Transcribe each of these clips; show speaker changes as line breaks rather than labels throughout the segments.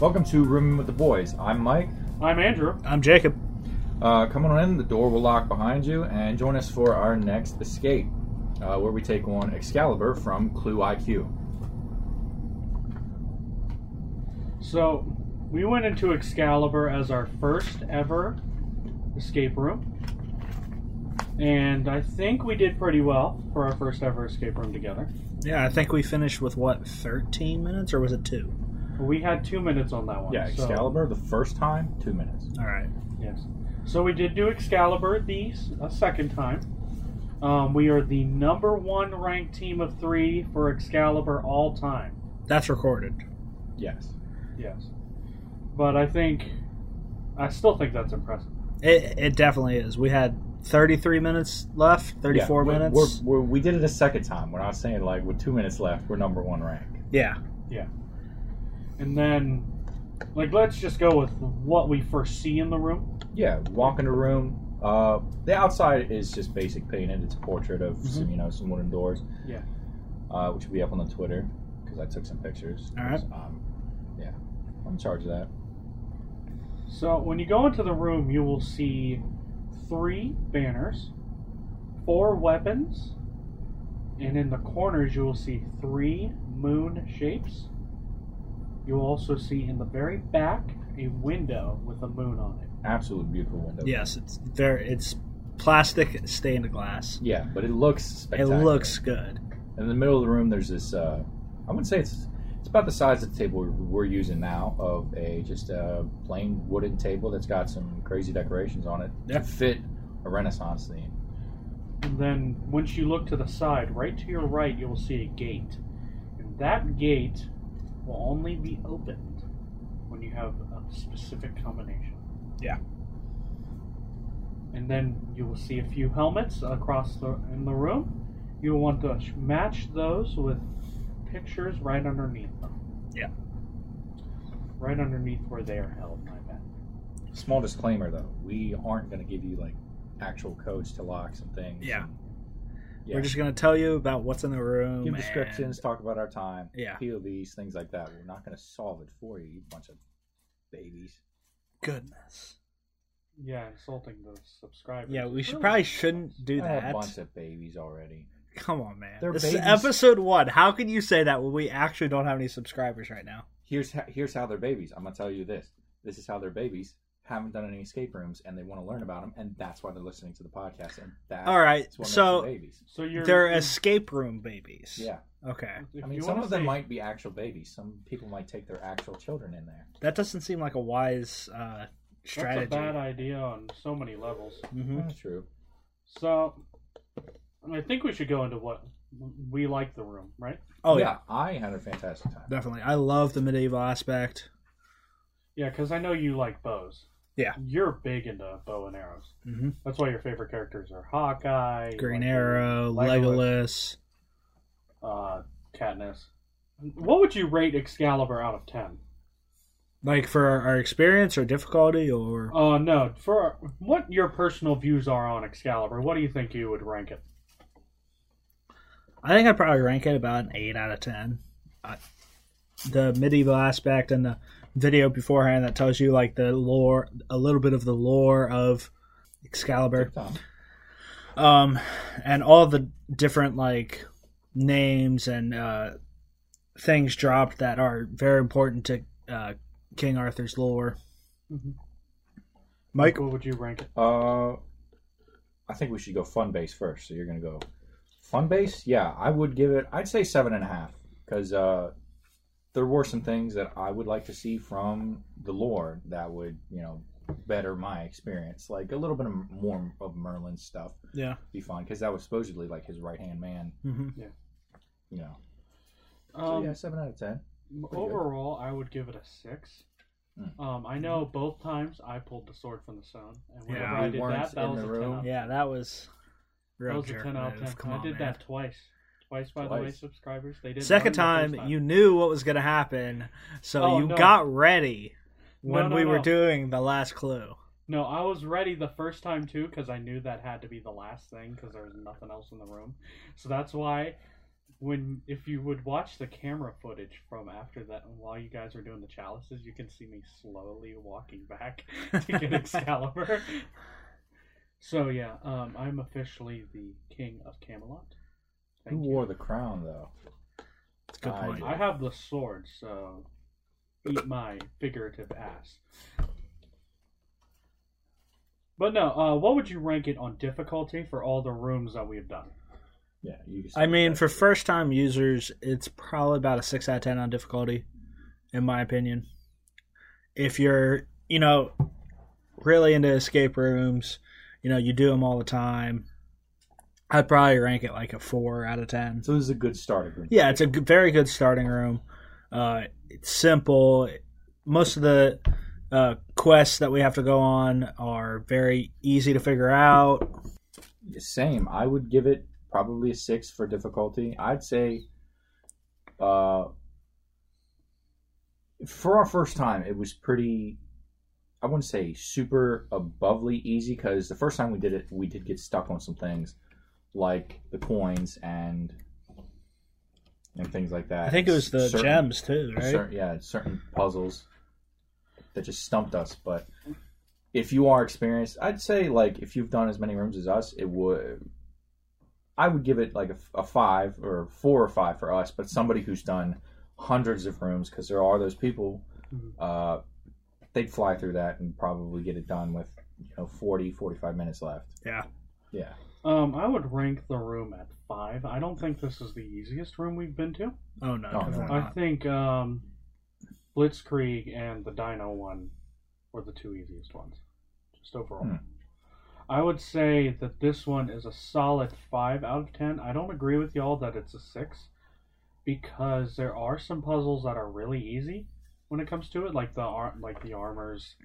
Welcome to Rooming with the Boys. I'm Mike.
I'm Andrew.
I'm Jacob.
Uh, come on in, the door will lock behind you, and join us for our next escape, uh, where we take on Excalibur from Clue IQ.
So, we went into Excalibur as our first ever escape room. And I think we did pretty well for our first ever escape room together.
Yeah, I think we finished with what, 13 minutes or was it two?
We had two minutes on that one.
Yeah,
so-
Excalibur, the first time, two minutes.
All right.
Yes. So we did do Excalibur the s- a second time. Um, we are the number one ranked team of three for Excalibur all time.
That's recorded.
Yes.
Yes. But I think, I still think that's impressive.
It, it definitely is. We had 33 minutes left, 34
Yeah, we're-
minutes.
We're, we're, we did it a second time. We're not saying, like, with two minutes left, we're number one rank.
yeah.
And then, like, let's just go with what we first see in the room.
Yeah, walk in the room. Uh, the outside is just basic painted. It's a portrait of some, you know, some wooden doors.
Yeah.
Uh, which will be up on the Twitter because I took some pictures.
All right.
Um, yeah, I'm in charge of that.
So when you go into the room, you will see three banners, four weapons, and in the corners, you will see three moon shapes. You will also see in the very back a window with a moon on it.
Absolute beautiful window.
Yes, it's very it's plastic stained glass.
Yeah, but it looks
It
spectacular.
looks good.
In the middle of the room, there's this. Uh, I wouldn't say it's. It's about the size of the table we're- we're using now, of a just a plain wooden table that's got some crazy decorations on it
Yeah.
to fit a Renaissance theme.
And then once you look to the side, right to your right, you will see a gate. And that gate will only be opened when you have a specific combination.
Yeah.
And then you will see a few helmets across the in the room. You will want to sh- match those with pictures right underneath them.
Yeah.
Right underneath where they are held, my bad.
Small disclaimer though, we aren't going to give you like actual codes to locks and things.
Yeah.
Yeah.
We're just going to tell you about what's in the room.
Give
and-
descriptions, talk about our time,
Yeah.
POVs, things like that. We're not going to solve it for you, you bunch of babies.
Goodness.
Yeah, insulting the subscribers.
Yeah, we should
Really?
probably shouldn't do
Oh, A
that.
bunch of babies already.
Come on, man.
They're
this is
babies.
episode one. How can you say that when we actually don't have any subscribers right now?
Here's how, here's how they're babies. I'm going to tell you this. This is how they're babies. Haven't done any escape rooms, and they want to learn about them, and that's why they're listening to the podcast. And that's
All right,
what makes
so-
them babies.
So you're
They're escape room babies.
Yeah,
Okay.
if
I mean,
you
some
wanna
of them
say-
might be actual babies. Some people might take their actual children in there.
That doesn't seem like a wise uh, strategy.
That's a bad idea on so many levels.
hmm
That's true.
So, I think we should go into what we like the room, right?
Oh yeah.
yeah, I had a fantastic time.
definitely. I love the medieval aspect.
Yeah, because I know you like bows.
Yeah.
You're big into bow and arrows.
hmm
That's why your favorite characters are Hawkeye, you
Green
like
Arrow,
Legolas.
Legolas.
uh, Katniss. What would you rate Excalibur out of ten?
Like for our, our experience or difficulty or
Uh, no. For what your personal views are on Excalibur, what do you think you would rank it?
I think I'd probably rank it about an eight out of ten. I, the medieval aspect and the video beforehand that tells you like the lore, a little bit of the lore of Excalibur,
Tom.
um, and all the different like names and uh, things dropped that are very important to uh, King Arthur's lore.
Mhm.
Mike,
What would you rank it?
Uh, I think we should go fun base first. So you're gonna go fun base? Yeah, I would give it. I'd say seven and a half because uh, there were some things that I would like to see from the lore that would you know better my experience. Like a little bit of more of Merlin's stuff
yeah,
would be fun because that was supposedly like his right hand man.
Mm-hmm.
hmm
You know. So
Um,
yeah, seven out of ten. good.
Overall, I would give it a six.
Mm.
Um, I know both times I pulled the sword from the stone, and whenever
Yeah.
I
We
did
weren't
that, that
in
was
the
a
room.
ten out. of
yeah, that was
That
real
was a
jerk
ten out of
move.
ten.
Come
I
on,
did
man.
that twice. Twice, by the way,
Twice.
subscribers. They did
Second
not the
time,
first
you knew what was going to happen, so
Oh,
you
no.
got ready when
No, no,
we were
no.
doing the last clue.
No, I was ready the first time too because I knew that had to be the last thing because there was nothing else in the room. So that's why when if you would watch the camera footage from after that while you guys were doing the chalices you can see me slowly walking back to get excalibur so yeah um, i'm officially the king of camelot
Who
you.
wore the crown though?
It's a good
I-
point.
i have the sword so eat my figurative ass but no uh, what would you rank it on difficulty for all the rooms that we've done
Yeah, you.
I mean, for first time users, it's probably about a 6 out of 10 on difficulty, in my opinion. If you're, you know, really into escape rooms, you know, you do them all the time, I'd probably rank it like a 4 out of 10.
so this is a good starting group.
Yeah, it's a g- very good starting room. Uh, it's simple. Most of the uh, quests that we have to go on are very easy to figure out.
Same. I would give it probably a six for difficulty. I'd say, uh, for our first time, it was pretty. I wouldn't say super abovely easy because the first time we did it, we did get stuck on some things, like the coins and and things like that.
I think it was the
Certain-
gems too, right?
Cer- yeah, certain puzzles that just stumped us. But if you are experienced, I'd say like if you've done as many rooms as us, it would. I would give it like a, a five or four or five for us, but somebody who's done hundreds of rooms because there are those people,
Mm-hmm.
Mhm.
uh, they'd fly through that and probably get it done with you know 40, 45 minutes left.
Yeah.
Yeah.
Um, I would rank the room at five. I don't think this is the easiest room we've been to.
Oh no,
Oh, no.
definitely
I
not.
think um, Blitzkrieg and the Dino one were the two easiest ones, just overall.
Hmm.
I would say that this one is a solid five out of ten. I don't agree with y'all that it's a six because there are some puzzles that are really easy when it comes to it, like the ar- like the armors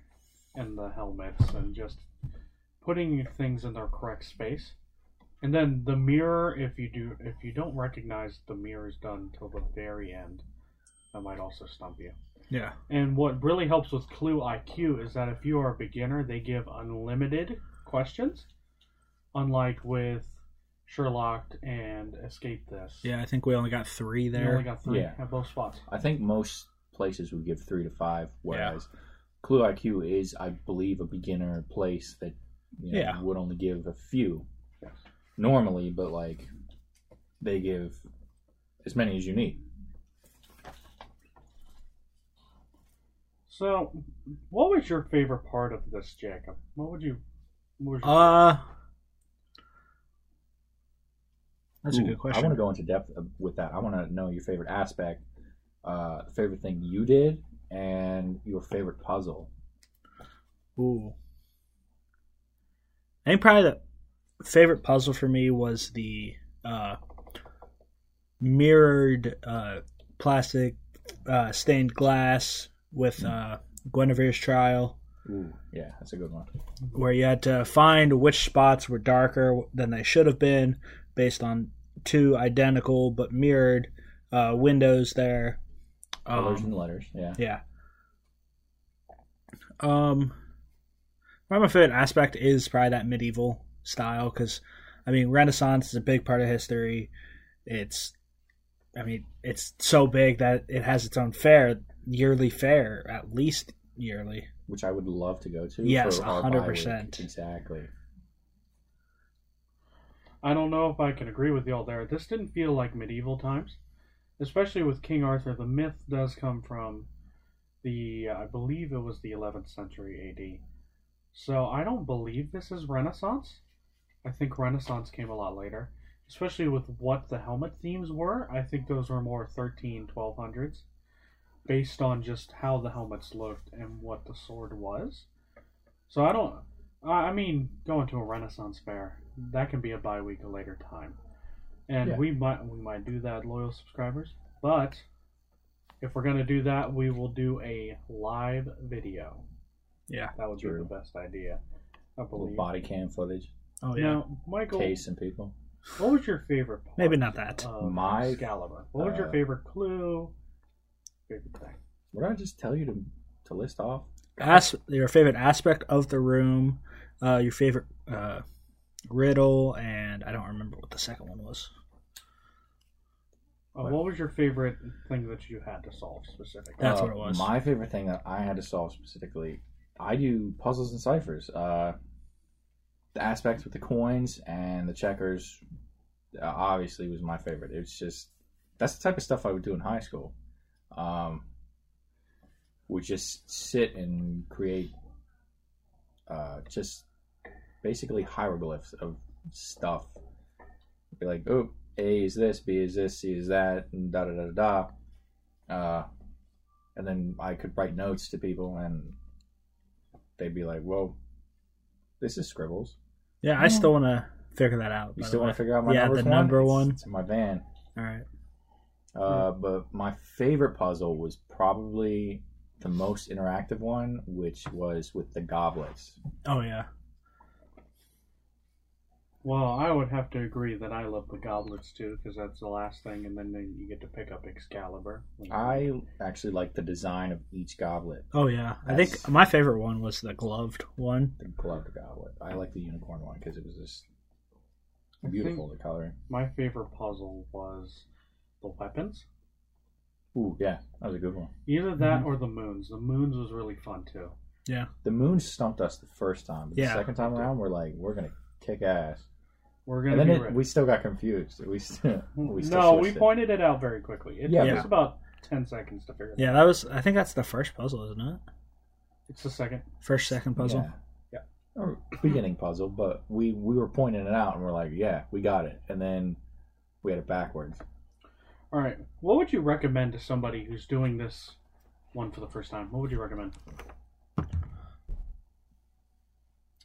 and the helmets and just putting things in their correct space. And then the mirror, if you do, if you don't recognize the mirror is done till the very end, that might also stump you.
Yeah.
And what really helps with Clue IQ is that if you are a beginner, they give unlimited questions, unlike with Sherlock and Escape This.
Yeah, I think we only got three
you only
there.
got three
Yeah.
at both spots.
I think most places would give three to five, whereas Clue IQ is, I believe, a beginner place that you know,
Yeah.
would only give a few
Yes.
normally, but like they give as many as you need.
So, what was your favorite part of this, Jacob? What would you? What was your-
Uh That's a
Ooh,
good
I want
question.
to go into depth uh, with that. I want to know your favorite aspect, uh, favorite thing you did, and your favorite puzzle.
Ooh. I think probably the favorite puzzle for me was the uh mirrored uh plastic uh stained glass
Hmm.
with uh Guinevere's trial
Ooh, yeah, that's a good one.
where you had to find which spots were darker than they should have been based on two identical but mirrored uh, windows there.
Colors
Um,
and letters. Yeah.
yeah. Um, probably my favorite aspect is probably that medieval style because, I mean, Renaissance is a big part of history. It's, I mean, it's so big that it has its own fair, yearly fair, at least yearly.
which I would love to go to.
Yes,
for our
100%.
bye week. Exactly.
I don't know if I can agree with y'all there. This didn't feel like medieval times, especially with King Arthur. The myth does come from the, I believe it was the 11th century AD. So I don't believe this is Renaissance. I think Renaissance came a lot later, especially with what the helmet themes were. I think those were more 13, 1200s, based on just how the helmets looked and what the sword was. So I don't. I I mean, going to a Renaissance fair that can be a bi week a later time, and
Yeah.
we might we might do that, loyal subscribers. But if we're gonna do that, we will do a live video.
Yeah.
that would
True.
be the best idea. I
A little
believe.
body cam footage,
Oh,
Now, Michael,
case and people.
what was your favorite? Part
Maybe not that.
Of
My-
Excalibur. What was your
uh,
favorite clue? Favorite thing.
What did I just tell you to to list off?
As your favorite aspect of the room, uh, your favorite uh, riddle, and I don't remember what the second one was.
Uh, what was your favorite thing that you had to solve specifically?
That's
Uh,
what it was.
My favorite thing that I had to solve specifically, I do puzzles and ciphers. Uh, the aspects with the coins and the checkers, uh, obviously, was my favorite. It's just that's the type of stuff I would do in high school. Um, would just sit and create, uh, just basically hieroglyphs of stuff. Be like, oh, A is this, B is this, C is that, and da da da da da. Uh, and then I could write notes to people, and they'd be like, "Well, this is scribbles."
Yeah, I still want to figure that out.
You
by
still
the
want to
way.
figure out my
Yeah,
number
the
one?
number
It's-
one. Hmm.
It's in my van.
All right.
Uh, But my favorite puzzle was probably the most interactive one, which was with the goblets.
Oh yeah.
Well, I would have to agree that I love the goblets too, because that's the last thing, and then you get to pick up Excalibur.
I actually like the design of each goblet.
Oh yeah. I
That's-
think my favorite one was the gloved one.
The gloved goblet. I like the unicorn one because it was just beautiful. The coloring.
My favorite puzzle was the weapons.
Ooh, yeah, that was a good one.
Either
Mm-hmm.
that or the moons. The moons was really fun too.
The moon stumped us the first time. But The
Yeah.
second time around, we're like, we're gonna kick ass.
We're
And
gonna
then
be
it,
ready.
we still got confused. We still, we still
no, we
switched it.
pointed it out very quickly. It
Yeah,
took
but-
us about ten seconds to figure it out.
Yeah, that was. I think that's the first puzzle, isn't it?
It's the second.
First, second puzzle.
Yeah. yeah. Or beginning puzzle, but we we were pointing it out and we're like, yeah, we got it. And then we had it backwards.
All right. What would you recommend to somebody who's doing this one for the first time? What would you recommend?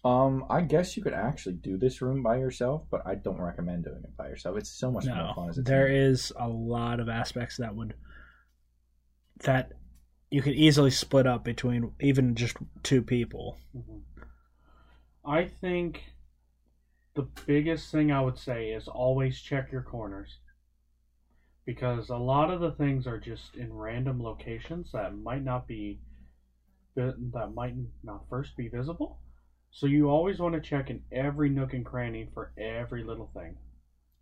Um, I guess you could actually do this room by yourself, but I don't recommend doing it by yourself. It's so much more
No,
fun as a
there
team.
is a lot of aspects that would that you could easily split up between even just two people.
Mhm. I think the biggest thing I would say is always check your corners because a lot of the things are just in random locations that might not be that might not first be visible. So you always want to check in every nook and cranny for every little thing.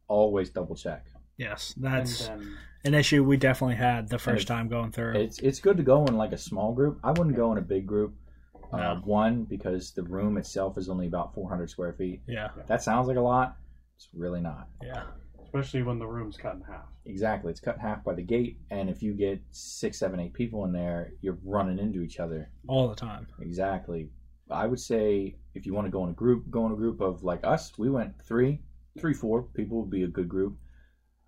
always double check.
Yes, that's
and then
an issue we definitely had the first
it's-
time going through.
It's it's good to go in like a small group. I wouldn't go in a big group. Uh,
No.
One because the room itself is only about 400 square feet.
yeah,
That sounds like a lot. It's really not.
yeah,
especially when the room's cut in half.
Exactly. It's cut in half by the gate, and if you get six, seven, eight people in there, you're running into each other.
all the time.
Exactly. I would say if you want to go in a group, go in a group of like us. We went three, three, four people would be a good group.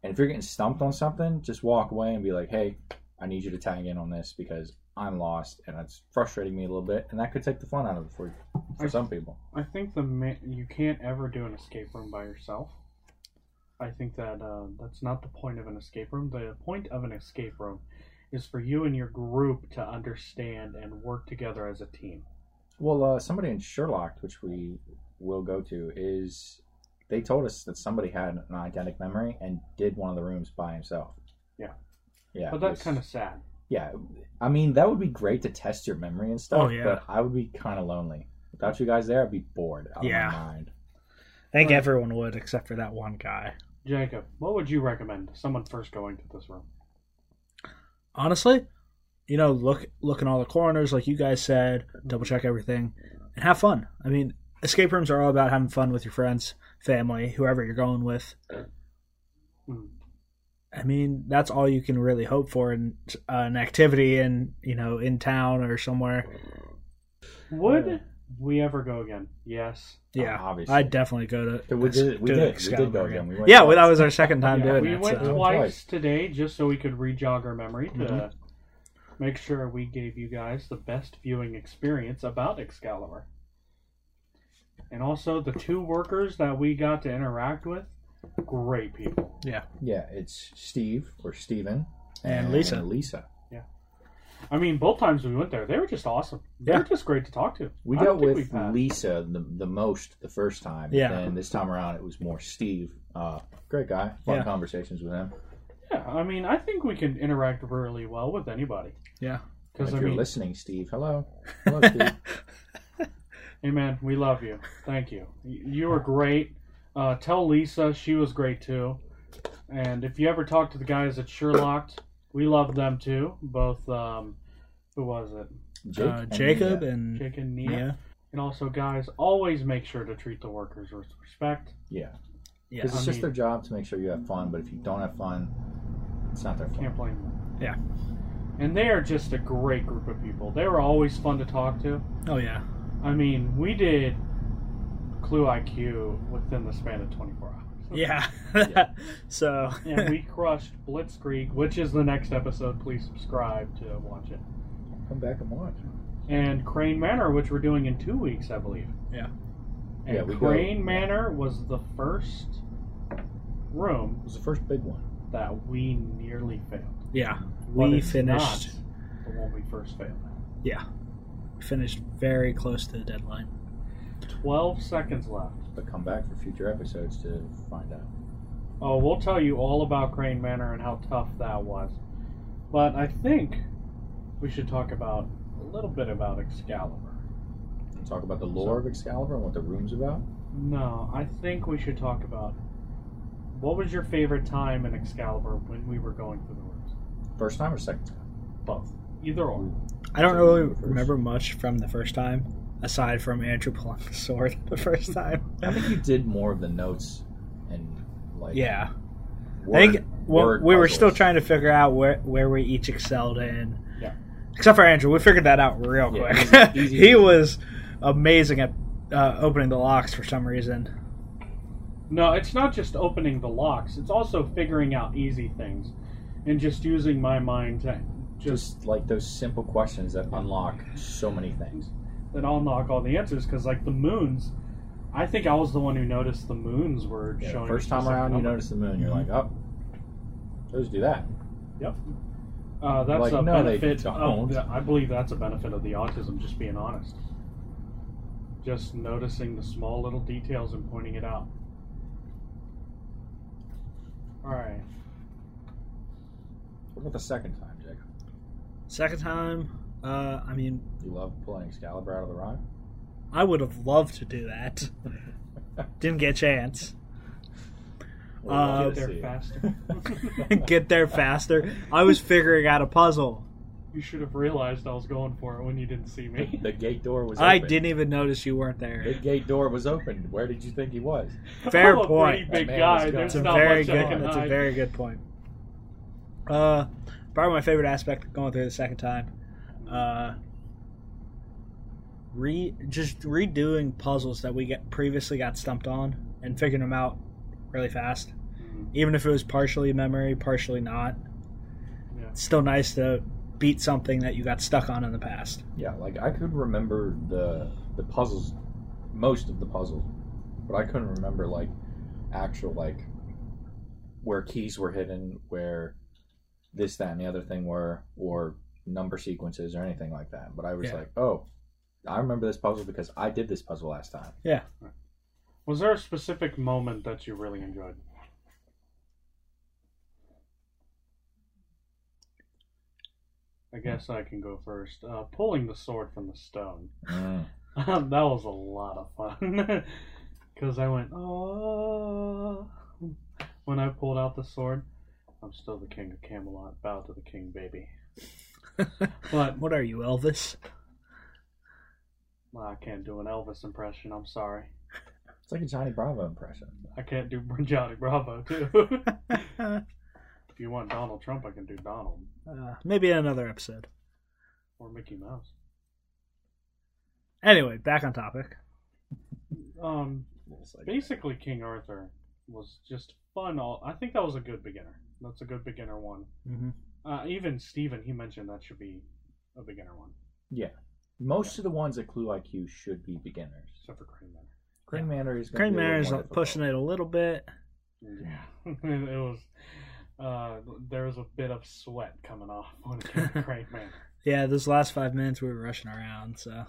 And if you're getting stumped on something, just walk away and be like, "Hey, I need you to tag in on this because I'm lost and it's frustrating me a little bit." And that could take the fun out of it for for
I-
some people.
I think the ma- you can't ever do an escape room by yourself. I think that uh, that's not the point of an escape room. The point of an escape room is for you and your group to understand and work together as a team.
Well, uh, somebody in Sherlock, which we will go to, is they told us that somebody had an eidetic memory and did one of the rooms by himself.
Yeah.
Yeah.
But that's
it's-
kind of sad.
Yeah. I mean, that would be great to test your memory and stuff,
Oh, yeah.
but I would be kind of lonely. Without you guys there, I'd be bored out
Yeah.
of my mind.
I think
Right.
everyone would except for that one guy.
Jacob, what would you recommend to someone first going to this room?
honestly, you know, look look in all the corners, like you guys said, double check everything, and have fun. I mean, escape rooms are all about having fun with your friends, family, whoever you're going with.
Hmm.
I mean, that's all you can really hope for in uh, an activity in you know in town or somewhere.
Would
Yeah.
we ever go again? Yes.
Yeah,
obviously.
I'd definitely go to.
So we did- we
to
did- we did
Excalibur
go again. We went
yeah,
twice.
well, that was our second time
Yeah,
doing
we
it.
went
so.
twice
Twice.
today just so we could rejog our memory to
Mhm.
make sure we gave you guys the best viewing experience about Excalibur. And also the two workers that we got to interact with, great people.
Yeah, it's Steve or Steven
And Lisa.
Lisa.
I mean, both times we went there, they were just awesome. They
Yeah.
were just great to talk to.
We
I
dealt
don't think
with
we passed.
Lisa the, the most the first time.
Yeah.
And this time around, it was more Steve. Uh, great guy. Fun
Yeah.
conversations with him.
Yeah, I mean, I think we can interact really well with anybody.
Yeah.
If
Because, I
you're
mean,
listening, Steve, hello. Hello, Steve.
Hey man, we love you. Thank you. You were great. Uh, tell Lisa she was great too. And if you ever talk to the guys at Sherlocked, we love them too. Both, um, who was it?
Jake
uh,
and
Jacob
Mia.
and
Jake and Nia.
yeah. yeah.
And also, guys, always make sure to treat the workers with respect.
yeah,
Yeah,
because
Um,
it's
I
just
mean-
their job to make sure you have fun. But if you don't have fun, it's not their fault.
Can't blame them.
Yeah.
And they are just a great group of people. They were always fun to talk to.
Oh yeah.
I mean, we did Clue IQ within the span of 24 hours.
Yeah. so
and we crushed Blitzkrieg, which is the next episode. Please subscribe to watch it.
Come back and watch.
And Crane Manor, which we're doing in two weeks, I believe.
Yeah.
And
Yeah, we go-
Crane Manor was the first room
It was the first big one.
that we nearly failed.
yeah,
But
we
it's not
finished
the one we first failed at.
finished very close to the deadline.
12 seconds left.
But come back for future episodes to find out.
Oh, we'll tell you all about Crane Manor and how tough that was. But I think we should talk about a little bit about Excalibur.
And talk about the lore of Excalibur and what the room's about.
No, I think we should talk about what was your favorite time in Excalibur when we were going through the rooms?
First time or second time?
Both. Either or.
I don't
So
really
you go first.
remember much from the first time, aside from Andrew pulling the sword the first time.
I think you did more of the notes and like
yeah,
word-
I think well,
word
we were still
puzzles.
trying to figure out where where we each excelled in.
Yeah.
Except for Andrew, we figured that out real
Yeah,
quick.
easy- easy
he
to do.
was amazing at uh, opening the locks for some reason.
No, it's not just opening the locks, it's also figuring out easy things and just using my mind to just
just like those simple questions that unlock so many things.
that I'll knock all the answers because like the moons, I think I was the one who noticed the moons were
Yeah,
showing.
first
us
time
the
around, you
second
notice the moon. You're like, oh, those do that.
number. Uh, that's
like,
a
no, they
benefit.
don't.
Of the, I believe that's a benefit of the autism. Just being honest, just noticing the small little details and pointing it out. All right.
What about the second time, Jacob?
Second time, uh, I mean,
You love pulling Excalibur out of the rock?
I would have loved to do that. Didn't get a chance. Uh,
Get there faster.
get there faster. I was figuring out a puzzle.
You should have realized I was going for it when you didn't see me.
the gate door was. Open.
I didn't even notice you weren't
The
there.
gate door was open. Where did you think he was?
Fair
I'm a
point.
Pretty
That
big
man was
guy.
gone.
There's
It's a
not
very
much I
good.
can
It's
hide.
a very good point. Uh, probably my favorite aspect of going through the second time, uh, re just redoing puzzles that we get previously got stumped on and figuring them out really fast.
Mhm.
Even if it was partially memory, partially not.
Yeah.
It's still nice to beat something that you got stuck on in the past.
Yeah, like I could remember the the puzzles, most of the puzzles, but I couldn't remember like actual like where keys were hidden, where this, that, and the other thing were, or number sequences or anything like that. But I was
Yeah.
like, oh, I remember this puzzle because I did this puzzle last time.
Was there a specific moment that you really enjoyed? I guess I can go first. Uh, pulling the sword from the stone.
Mm.
that was a lot of fun. Because I went, oh. When I pulled out the sword, I'm still the king of Camelot. Bow to the king, baby. but
What are you, Elvis?
I can't do an Elvis impression. I'm sorry.
It's like a Johnny Bravo impression.
I can't do Johnny Bravo, too.
uh,
if you want Donald Trump, I can do Donald.
maybe in another episode.
Or Mickey Mouse.
Anyway, back on topic.
Um,
It's like-
basically, King Arthur was just fun. All I think that was a good beginner. That's a good beginner one.
Mm-hmm.
Uh, even Steven, he mentioned that should be a beginner one,
Yeah, most of the ones at Clue IQ should be beginners.
except for Crane Manor.
Crane Manor is
Crane Manor is pushing
it.
it a little bit.
Yeah, it was. Uh, there was a bit of sweat coming off when it came to Crane Manor.
Yeah, those last five minutes we were rushing around, so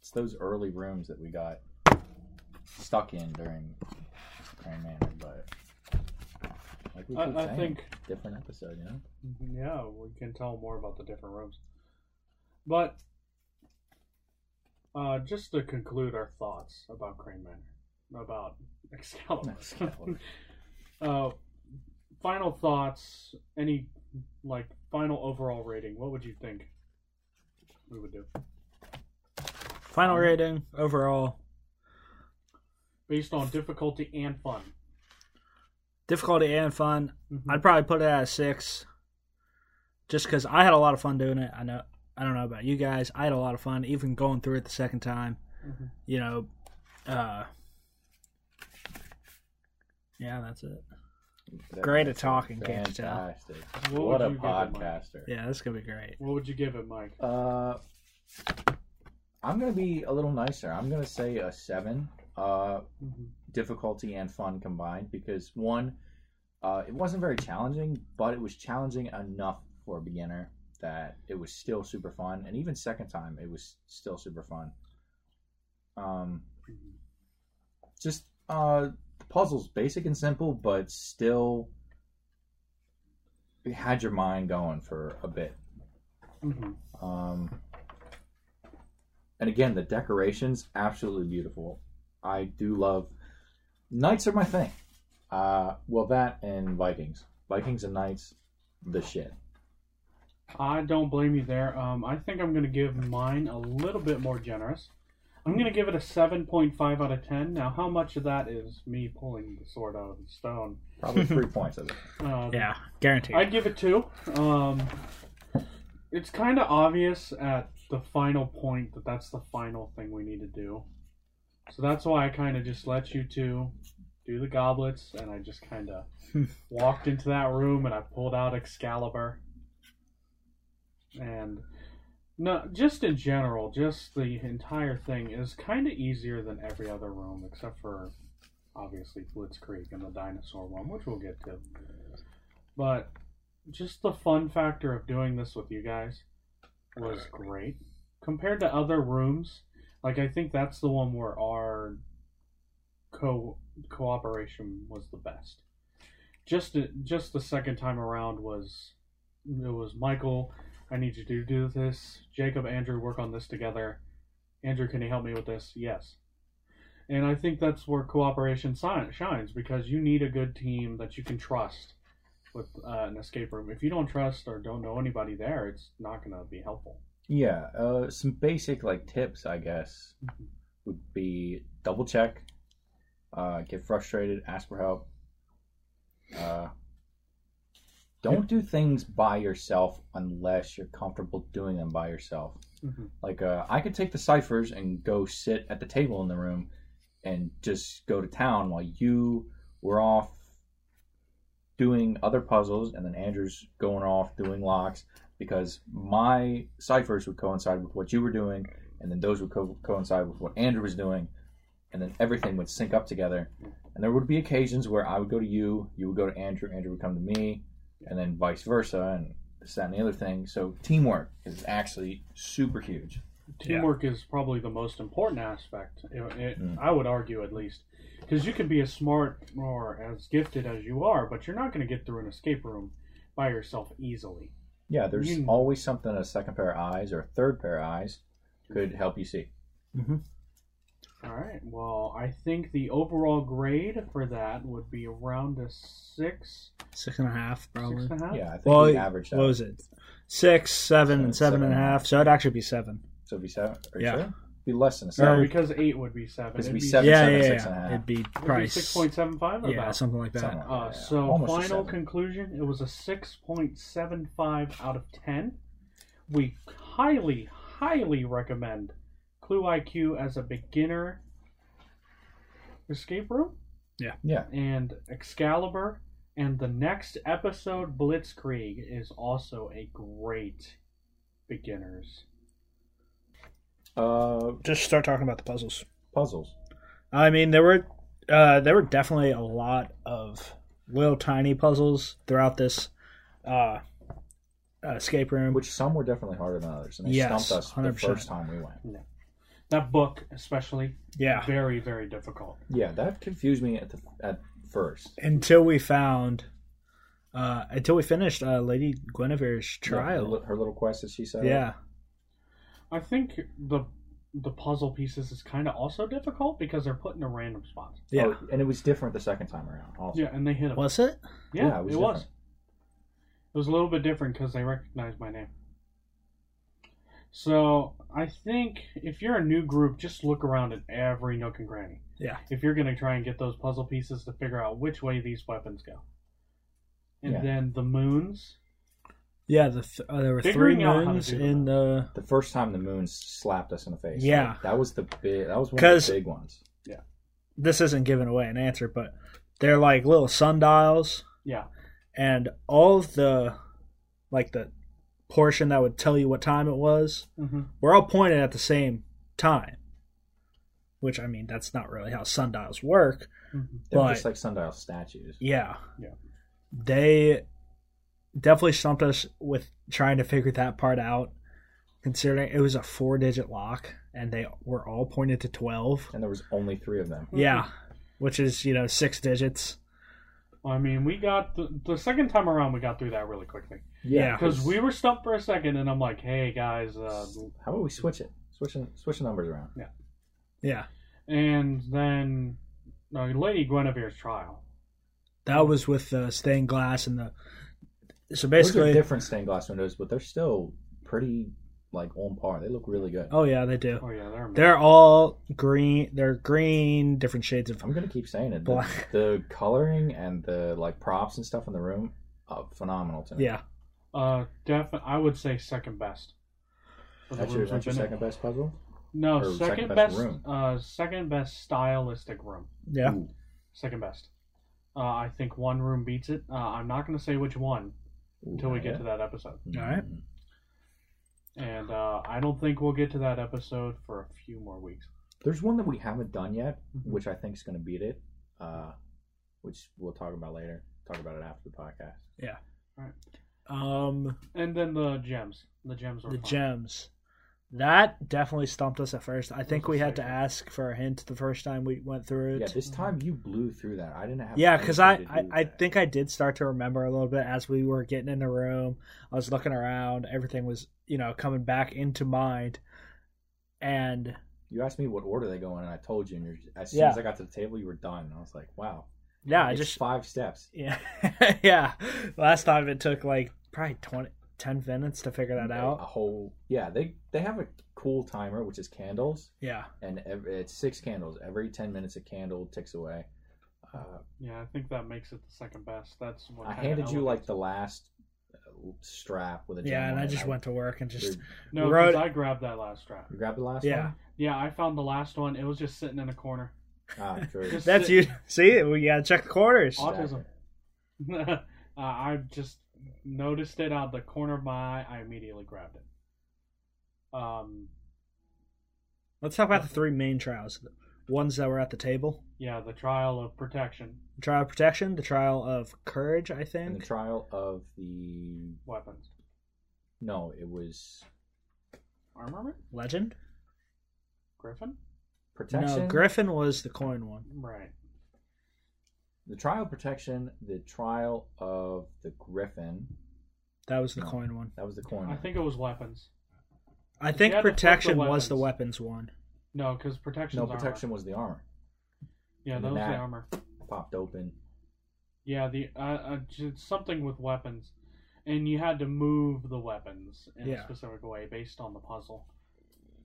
It's those early rooms that we got stuck in during Crane Manor, but like we
I-
keep
I
saying,
think-
different episode, you know.
Yeah, we can tell more about the different rooms. But uh, just to conclude our thoughts about Crane Manor, about Excalibur.
Excalibur.
uh, final thoughts. Any like final overall rating? What would you think we would do
Final
Uh-huh.
rating overall
based on difficulty and fun? Mm-hmm.
difficulty and fun. I'd probably put it at a six, just because I had a lot of fun doing it. I know I don't know about you guys. I had a lot of fun even going through it the second time.
Mhm.
You know, uh, yeah, that's it. Great at talking, can't you tell?
Fantastic.
What
What,
would
a
you give it, Mike?
podcaster.
Yeah, that's gonna be great.
What would you give it, Mike?
Uh, I'm gonna be a little nicer. I'm gonna say a seven. Uh,
Mhm.
difficulty and fun combined because one, uh, it wasn't very challenging, but it was challenging enough for a beginner that it was still super fun. And even second time, it was still super fun. Um,
Mm-hmm.
just uh, the puzzles, basic and simple, but still it had your mind going for a bit.
Mhm.
Um, and again, the decorations absolutely beautiful. I do love knights are my thing. Uh, well, that and Vikings, Vikings and knights, the shit.
I don't blame you there. Um, I think I'm going to give mine a little bit more generous. I'm going to give it a 7.5 out of 10. Now, how much of that is me pulling the sword out of the stone?
Probably three points of it.
Um,
Yeah, guaranteed.
I'd give it 2. Um, it's kind of obvious at the final point that that's the final thing we need to do. So that's why I kind of just let you two do the goblets, and I just kind of walked into that room and I pulled out Excalibur. And no, just in general, just the entire thing is kind of easier than every other room, except for obviously Blitzkrieg and the dinosaur one, which we'll get to. But just the fun factor of doing this with you guys was great compared to other rooms. Like I think that's the one where our co cooperation was the best. Just just the second time around was it was Michael. I need you to do this. Jacob, Andrew, work on this together. Andrew, can you help me with this? Yes. And I think that's where cooperation si- shines because you need a good team that you can trust with uh, an escape room. If you don't trust or don't know anybody there, it's not going to be helpful.
Yeah, uh, some basic like tips, I guess, would be double check, uh, get frustrated, ask for help. Uh, don't do things by yourself unless you're comfortable doing them by yourself.
Mhm.
Like uh, I could take the ciphers and go sit at the table in the room, and just go to town while you were off doing other puzzles, and then Andrew's going off doing locks because my ciphers would coincide with what you were doing, and then those would co- coincide with what Andrew was doing, and then everything would sync up together. And there would be occasions where I would go to you, you would go to Andrew, Andrew would come to me, and then vice versa, and this, that, and the other thing. So teamwork is actually super huge.
Yeah.
Teamwork is probably the most important aspect. It, it,
Mm.
I would argue, at least, because you can be as smart or as gifted as you are, but you're not going to get through an escape room by yourself easily.
Yeah, there's
You-
always something a second pair of eyes or a third pair of eyes could help you see.
All right. Well, I think the overall grade for that would be around a six,
Six and a half, probably.
six and a half.
Yeah, I think
Well,
we averaged out.
what was it? Six, seven, and
Seven,
seven and a
seven.
half. So it'd actually be seven.
So it'd be seven. Are you
Yeah.
sure? It'd be less than a
No,
seven.
because eight would be seven.
Because
It'd
we
be-
seven-
yeah, yeah,
six
yeah.
and a half.
It'd be
it'd be
probably
six point seven five.
Yeah, something like that.
Something like
Uh,
that.
so
Almost a
final
seven.
conclusion, it was a 6.75 out of 10. We highly, highly recommend Clue IQ as a beginner escape room
yeah.
and Excalibur. And the next episode, Blitzkrieg, is also a great beginner's.
Uh,
Just start talking about the puzzles.
puzzles.
I mean, there were uh, there were definitely a lot of little tiny puzzles throughout this uh, uh, escape room.
Which some were definitely harder than others, and they
Yes,
stumped us the
100%.
first time we went.
That book, especially,
yeah,
very, very difficult.
Yeah, that confused me at the at first.
until we found uh, until we finished uh, Lady Guinevere's
Her,
trial.
li- her little quest that she said.
Yeah,
I think the the puzzle pieces is kind of also difficult because they're put in a random spot.
Yeah.
Oh, and it was different the second time around. Also.
Yeah, and they hit them.
Was it?
Yeah,
Yeah,
it
it was
was. It was. a little bit different because they recognized my name. So I think if you're a new group, just look around at every nook and cranny.
Yeah.
If you're going to try and get those puzzle pieces to figure out which way these weapons go, and
Yeah.
then the moons.
Yeah, the th- uh, there were
Figuring
three
out how to
moons
do
in the.
The first time the moon slapped us in the face.
Yeah.
That was the big. That was one of
'Cause-
the big ones.
This isn't giving away an answer, but they're like little sundials,
Yeah,
and all of the, like the portion that would tell you what time it was,
hmm
were all pointed at the same time. Which I mean, that's not really how sundials work.
hmm
They're
But-
just like sundial statues.
Yeah.
Yeah.
They definitely stumped us with trying to figure that part out, considering it was a four digit lock and they were all pointed to 12.
And there was only three of them.
Yeah.
Mm-hmm.
Which is, you know, six digits.
I mean, we got the, the second time around. We got through that really quickly
Yeah.
because we were stumped for a second, and I'm like, "Hey guys," uh,
How about we switch it? Switching switching numbers around.
Yeah.
and then uh, Lady Guinevere's trial.
That was with the stained glass and the.
Those
So
are
basically.
different stained glass windows, but they're still pretty like on par. They look really good.
Oh, yeah, they do.
Oh yeah, they're amazing.
They're all green. They're green, different shades of.
I'm gonna keep saying it. The,
Black.
the coloring and the like props and stuff in the room, uh, phenomenal tonight.
Yeah.
Uh, defi- I would say second best. For the
That's your,
rooms
that's your
I've been in.
second best puzzle.
No,
or
second,
second best
best.
room.
Uh, second best stylistic room.
Yeah.
Ooh.
Second best. Uh, I think one room beats it. Uh, I'm not going to say which one
Ooh,
until we
not
get
yet.
to that episode,
All right.
Mm.
and uh, I don't think we'll get to that episode for a few more weeks.
There's one that we haven't done yet,
Mm-hmm.
Mhm.
which I think is going to beat it, uh, which we'll talk about later. Talk about it after the podcast.
Um.
And then the gems. The gems were
the
fun.
gems that definitely stumped us at first i think
was
we
the
had to
second.
ask for a hint the first time we went through
Yeah,
it
this time you blew through that. I didn't have.
yeah because I,
anything to
I
do with
i
that.
think i did start to remember a little bit as we were getting in the room i was looking around everything was you know coming back into mind and
you asked me what order they go in, and I told you. And you're, as soon
Yeah.
as I got to the table, you were done. And I was like, wow.
yeah i
it's
just
five steps.
yeah yeah last time it took like probably 20 10 minutes to figure that
A
out
whole yeah. They they have a cool timer, which is candles,
yeah
and ev it's six candles. Every ten minutes, a candle ticks away. Uh,
Yeah, I think that makes it the second best. That's what
I
kinda
handed you like
elevates
the last uh, strap with a gem
yeah and
on
i
it.
just went to work and just
it. No,
wrote-
because I grabbed that last strap.
You grabbed the last
yeah
one.
Yeah, I found the last one. It was just sitting in a corner.
Ah, true.
Just-
that's you see we gotta check the corners
Stack
Awesome.
it.
autism. uh, I just noticed it out of the corner of my eye. I immediately grabbed it. Um,
Let's talk about the three main trials. The ones that were at the table.
yeah, the trial of protection
The trial of protection, the trial of courage, I
And
think.
the trial of the
weapons
no, it was
armament
Legend?
griffin.
protection.
No, Griffin was the coin one.
Right.
the trial of protection. The trial of the griffin.
That was the
No.
coin one.
That was the coin.
I think it was weapons.
I think
had to flip the
protection was the
weapons.
weapons one.
No, because protection.
no, protection was the armor.
Yeah,
and
that
then
was the
that.
armor.
Popped open.
Yeah, the uh, uh, j- something with weapons, and you had to move the weapons in a
Yeah.
specific way based on the puzzle,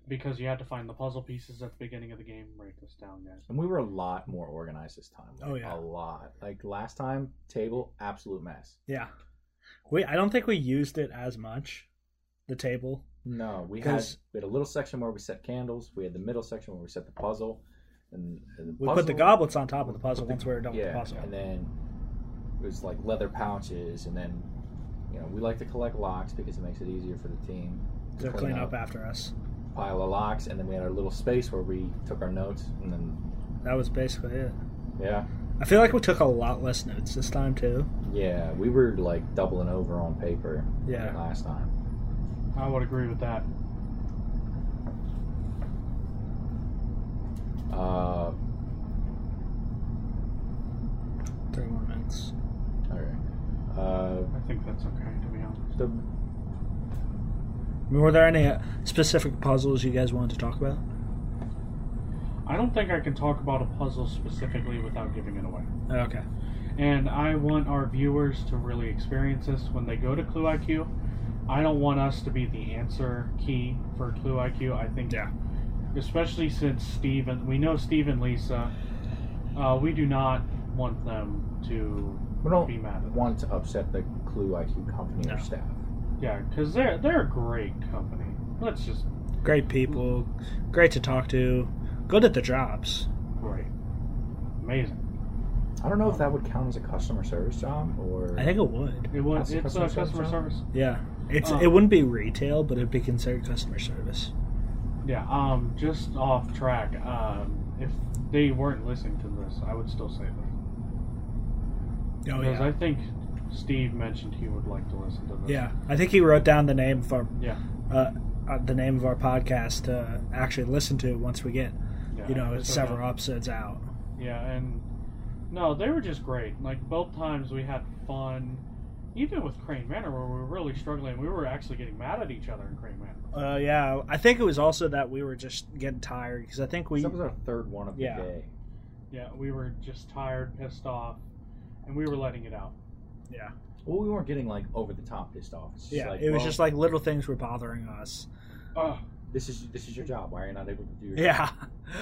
because you had to find the puzzle pieces at the beginning of the game. Write this down, guys.
And we were a lot more organized this time.
Oh, yeah.
a lot. Like last time, table absolute mess.
Yeah. We I don't think we used it as much. The table.
No, we had
'Cause-
we had a little section where we set candles. We had the middle section where we set the puzzle, and, and the
We put
puzzle-
the goblets on top of the puzzle once we were done with
Yeah,
the puzzle.
and then it was like leather pouches, and then you know we like to collect locks because it makes it easier for the team
to clean up after us.
pile of locks, and then we had our little space where we took our notes, and then
That was basically it.
yeah,
I feel like we took a lot less notes this time too.
yeah, we were like doubling over on paper
Yeah.
last time.
I would agree with that.
Uh,
Three more minutes.
all right. Uh,
I think that's okay, to be honest.
the
Were there any uh, specific puzzles you guys wanted to talk about?
I don't think I can talk about a puzzle specifically without giving it away.
Okay.
And I want our viewers to really experience this when they go to Clue IQ. I don't want us to be the answer key for Clue IQ. I think,
Yeah.
especially since Steve and we know Steve and Lisa, uh, we do not want them to
We don't
be mad at us.
want to upset the Clue IQ company
No.
or staff.
Yeah, because they're they're a great company. Let's just
Great people. Great to talk to. Good at the jobs.
great, amazing.
I don't know if that would count as a customer service job or.
I think it would.
It was
That's
it's
customer
uh,
service
customer
job?
service.
Yeah. It's
Um,
it wouldn't be retail, but it'd be considered customer service.
Yeah. Um. Just off track. Um. If they weren't listening to this, I would still say this
Oh
because
yeah.
I think Steve mentioned he would like to listen to this.
Yeah. I think he wrote down the name of our
Yeah.
uh, uh, the name of our podcast to actually listen to once we get
yeah,
you know
so
several
that-
episodes out.
Yeah, and no, they were just great. Like both times we had fun. Even with Crane Manor, where we were really struggling, we were actually getting mad at each other in Crane Manor.
Uh, yeah, I think it was also that we were just getting tired because I think we
that was our third one of the
Yeah.
day.
Yeah, we were just tired, pissed off, and we were letting it out.
yeah
Well, we weren't getting like over the top pissed off. It's just
yeah
like,
it was
well,
just like little things were bothering us.
Ah,
Ugh.
this is this is your job. Why are you not able to do your
Yeah,
job?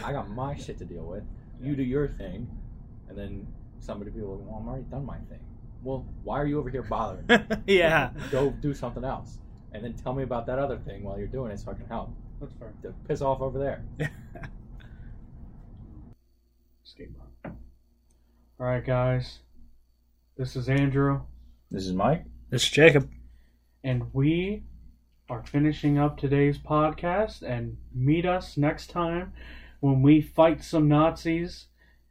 I got my shit to deal with. You do your thing, and then somebody will be like, "Well, I'm already done my thing." Well, why are you over here bothering? me?
yeah,
Go do something else, and then tell me about that other thing while you're doing it, so I can help.
That's fair.
To piss off over there.
Skate park. All right, guys. This is Andrew,
This is Mike.
it's Jacob.
and we are finishing up today's podcast. And meet us next time when we fight some Nazis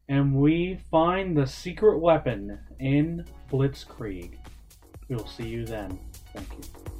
and we find the secret weapon in Blitzkrieg. We'll see you then. Thank you.